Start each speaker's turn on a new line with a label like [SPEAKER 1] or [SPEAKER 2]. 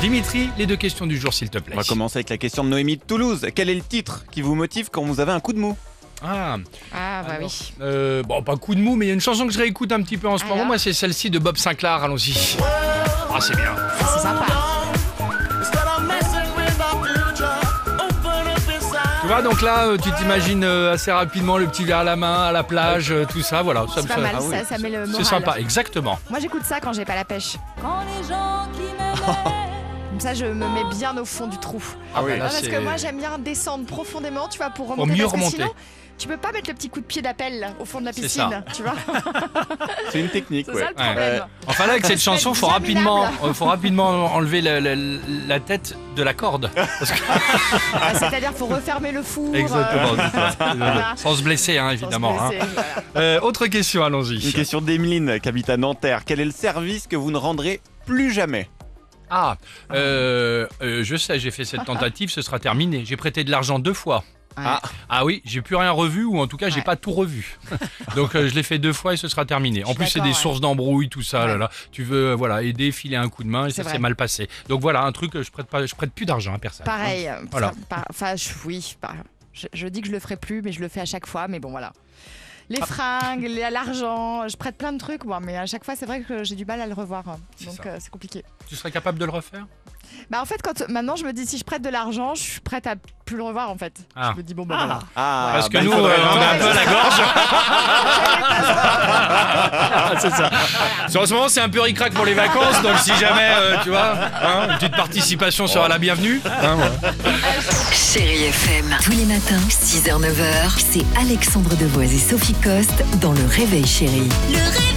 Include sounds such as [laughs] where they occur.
[SPEAKER 1] Dimitri, les deux questions du jour, s'il te plaît.
[SPEAKER 2] On va commencer avec la question de Noémie de Toulouse. Quel est le titre qui vous motive quand vous avez un coup de mou
[SPEAKER 1] Ah,
[SPEAKER 3] Ah bah
[SPEAKER 1] Alors,
[SPEAKER 3] oui.
[SPEAKER 1] euh, bon, pas coup de mou, mais il y a une chanson que je réécoute un petit peu en ce moment.
[SPEAKER 3] Alors
[SPEAKER 1] Moi, c'est celle-ci de Bob Sinclair. Allons-y. Ah, c'est bien.
[SPEAKER 3] Ça, c'est sympa.
[SPEAKER 1] Tu vois, donc là, euh, tu t'imagines euh, assez rapidement le petit verre à la main, à la plage, euh, tout ça. Voilà, ça
[SPEAKER 3] C'est
[SPEAKER 1] me-
[SPEAKER 3] pas
[SPEAKER 1] ça-
[SPEAKER 3] mal,
[SPEAKER 1] ah oui.
[SPEAKER 3] ça, ça met le moral.
[SPEAKER 1] C'est sympa, exactement.
[SPEAKER 3] Moi, j'écoute ça quand j'ai pas la pêche.
[SPEAKER 4] Quand les gens qui m'aimaient
[SPEAKER 3] Comme ça, je me mets bien au fond du trou.
[SPEAKER 1] Ah oui,
[SPEAKER 3] Non,
[SPEAKER 1] là,
[SPEAKER 3] parce que
[SPEAKER 1] c'est-
[SPEAKER 3] moi, j'aime bien descendre profondément, tu vois, pour remonter.
[SPEAKER 1] mieux
[SPEAKER 3] parce que
[SPEAKER 1] remonter.
[SPEAKER 3] sinon, tu peux pas mettre le petit coup de pied d'appel là, au fond de la
[SPEAKER 1] C'est
[SPEAKER 3] piscine,
[SPEAKER 1] [laughs]
[SPEAKER 3] tu vois.
[SPEAKER 2] C'est une technique,
[SPEAKER 3] C'est
[SPEAKER 2] ouais.
[SPEAKER 3] ça le problème.
[SPEAKER 1] Enfin là, avec cette chanson, faut
[SPEAKER 3] bien
[SPEAKER 1] rapidement,
[SPEAKER 3] minable.
[SPEAKER 1] euh, faut rapidement enlever la, la- la tête de la corde.
[SPEAKER 3] Ah, C'est-à-dire, faut refermer le four. euh,
[SPEAKER 1] Exactement. Sans se blesser, hein,
[SPEAKER 3] sans se
[SPEAKER 1] évidemment. hein.
[SPEAKER 3] blesser, voilà.
[SPEAKER 1] Euh, autre question,
[SPEAKER 2] Une
[SPEAKER 1] allons-y.
[SPEAKER 2] question d'Emeline qui habite à Nanterre. Quel est le service que vous ne rendrez plus jamais
[SPEAKER 1] Ah, euh, euh, je sais, j'ai fait
[SPEAKER 3] [laughs]
[SPEAKER 1] cette tentative, ce sera terminé. J'ai prêté de l'argent deux fois.
[SPEAKER 3] Ah.
[SPEAKER 1] Ah oui, j'ai plus rien revu ou en tout cas j'ai
[SPEAKER 3] Ouais.
[SPEAKER 1] pas tout
[SPEAKER 3] [laughs]
[SPEAKER 1] revu. Donc euh, je l'ai fait deux fois et ce sera terminé. En
[SPEAKER 3] suis
[SPEAKER 1] plus c'est des
[SPEAKER 3] d'accord, ouais.
[SPEAKER 1] sources d'embrouille tout ça là là. Tu veux euh, voilà aider, filer un coup de main et
[SPEAKER 3] C'est
[SPEAKER 1] ça
[SPEAKER 3] vrai.
[SPEAKER 1] s'est mal passé. Donc voilà un truc euh, je prête pas, je prête plus d'argent à personne.
[SPEAKER 3] Pareil. euh,
[SPEAKER 1] Voilà.
[SPEAKER 3] ça- par- Enfin, je- oui. par- je, je dis que je le ferai plus, mais je le fais à chaque fois. Mais bon, voilà. Les
[SPEAKER 1] Ah.
[SPEAKER 3] fringues, les- l'argent, je prête plein de trucs, moi, mais à chaque fois, c'est vrai que j'ai du mal à le revoir. hein.
[SPEAKER 1] C'est
[SPEAKER 3] Donc,
[SPEAKER 1] ça.
[SPEAKER 3] euh, c'est compliqué.
[SPEAKER 1] Tu serais capable de le refaire
[SPEAKER 3] Bah, en fait, quand maintenant, je me dis si je prête de l'argent, je suis prête à plus le revoir, en fait.
[SPEAKER 1] Ah.
[SPEAKER 3] Je me dis bon, bah, voilà.
[SPEAKER 2] Ah,
[SPEAKER 1] Parce que
[SPEAKER 2] bah, il
[SPEAKER 1] nous euh, on
[SPEAKER 2] faudrait
[SPEAKER 1] a
[SPEAKER 2] vendre
[SPEAKER 1] [laughs] un peu à la gorge. Ah, c'est ça. En ce moment c'est un peu ricrac pour les vacances donc si jamais euh, tu vois hein, une petite participation sera la bienvenue. Hein, voilà.
[SPEAKER 5] Chérie FM. Tous les matins, 6h, 9h, c'est Alexandre Devoise et Sophie Coste dans Le Réveil Chérie.
[SPEAKER 4] Le réveil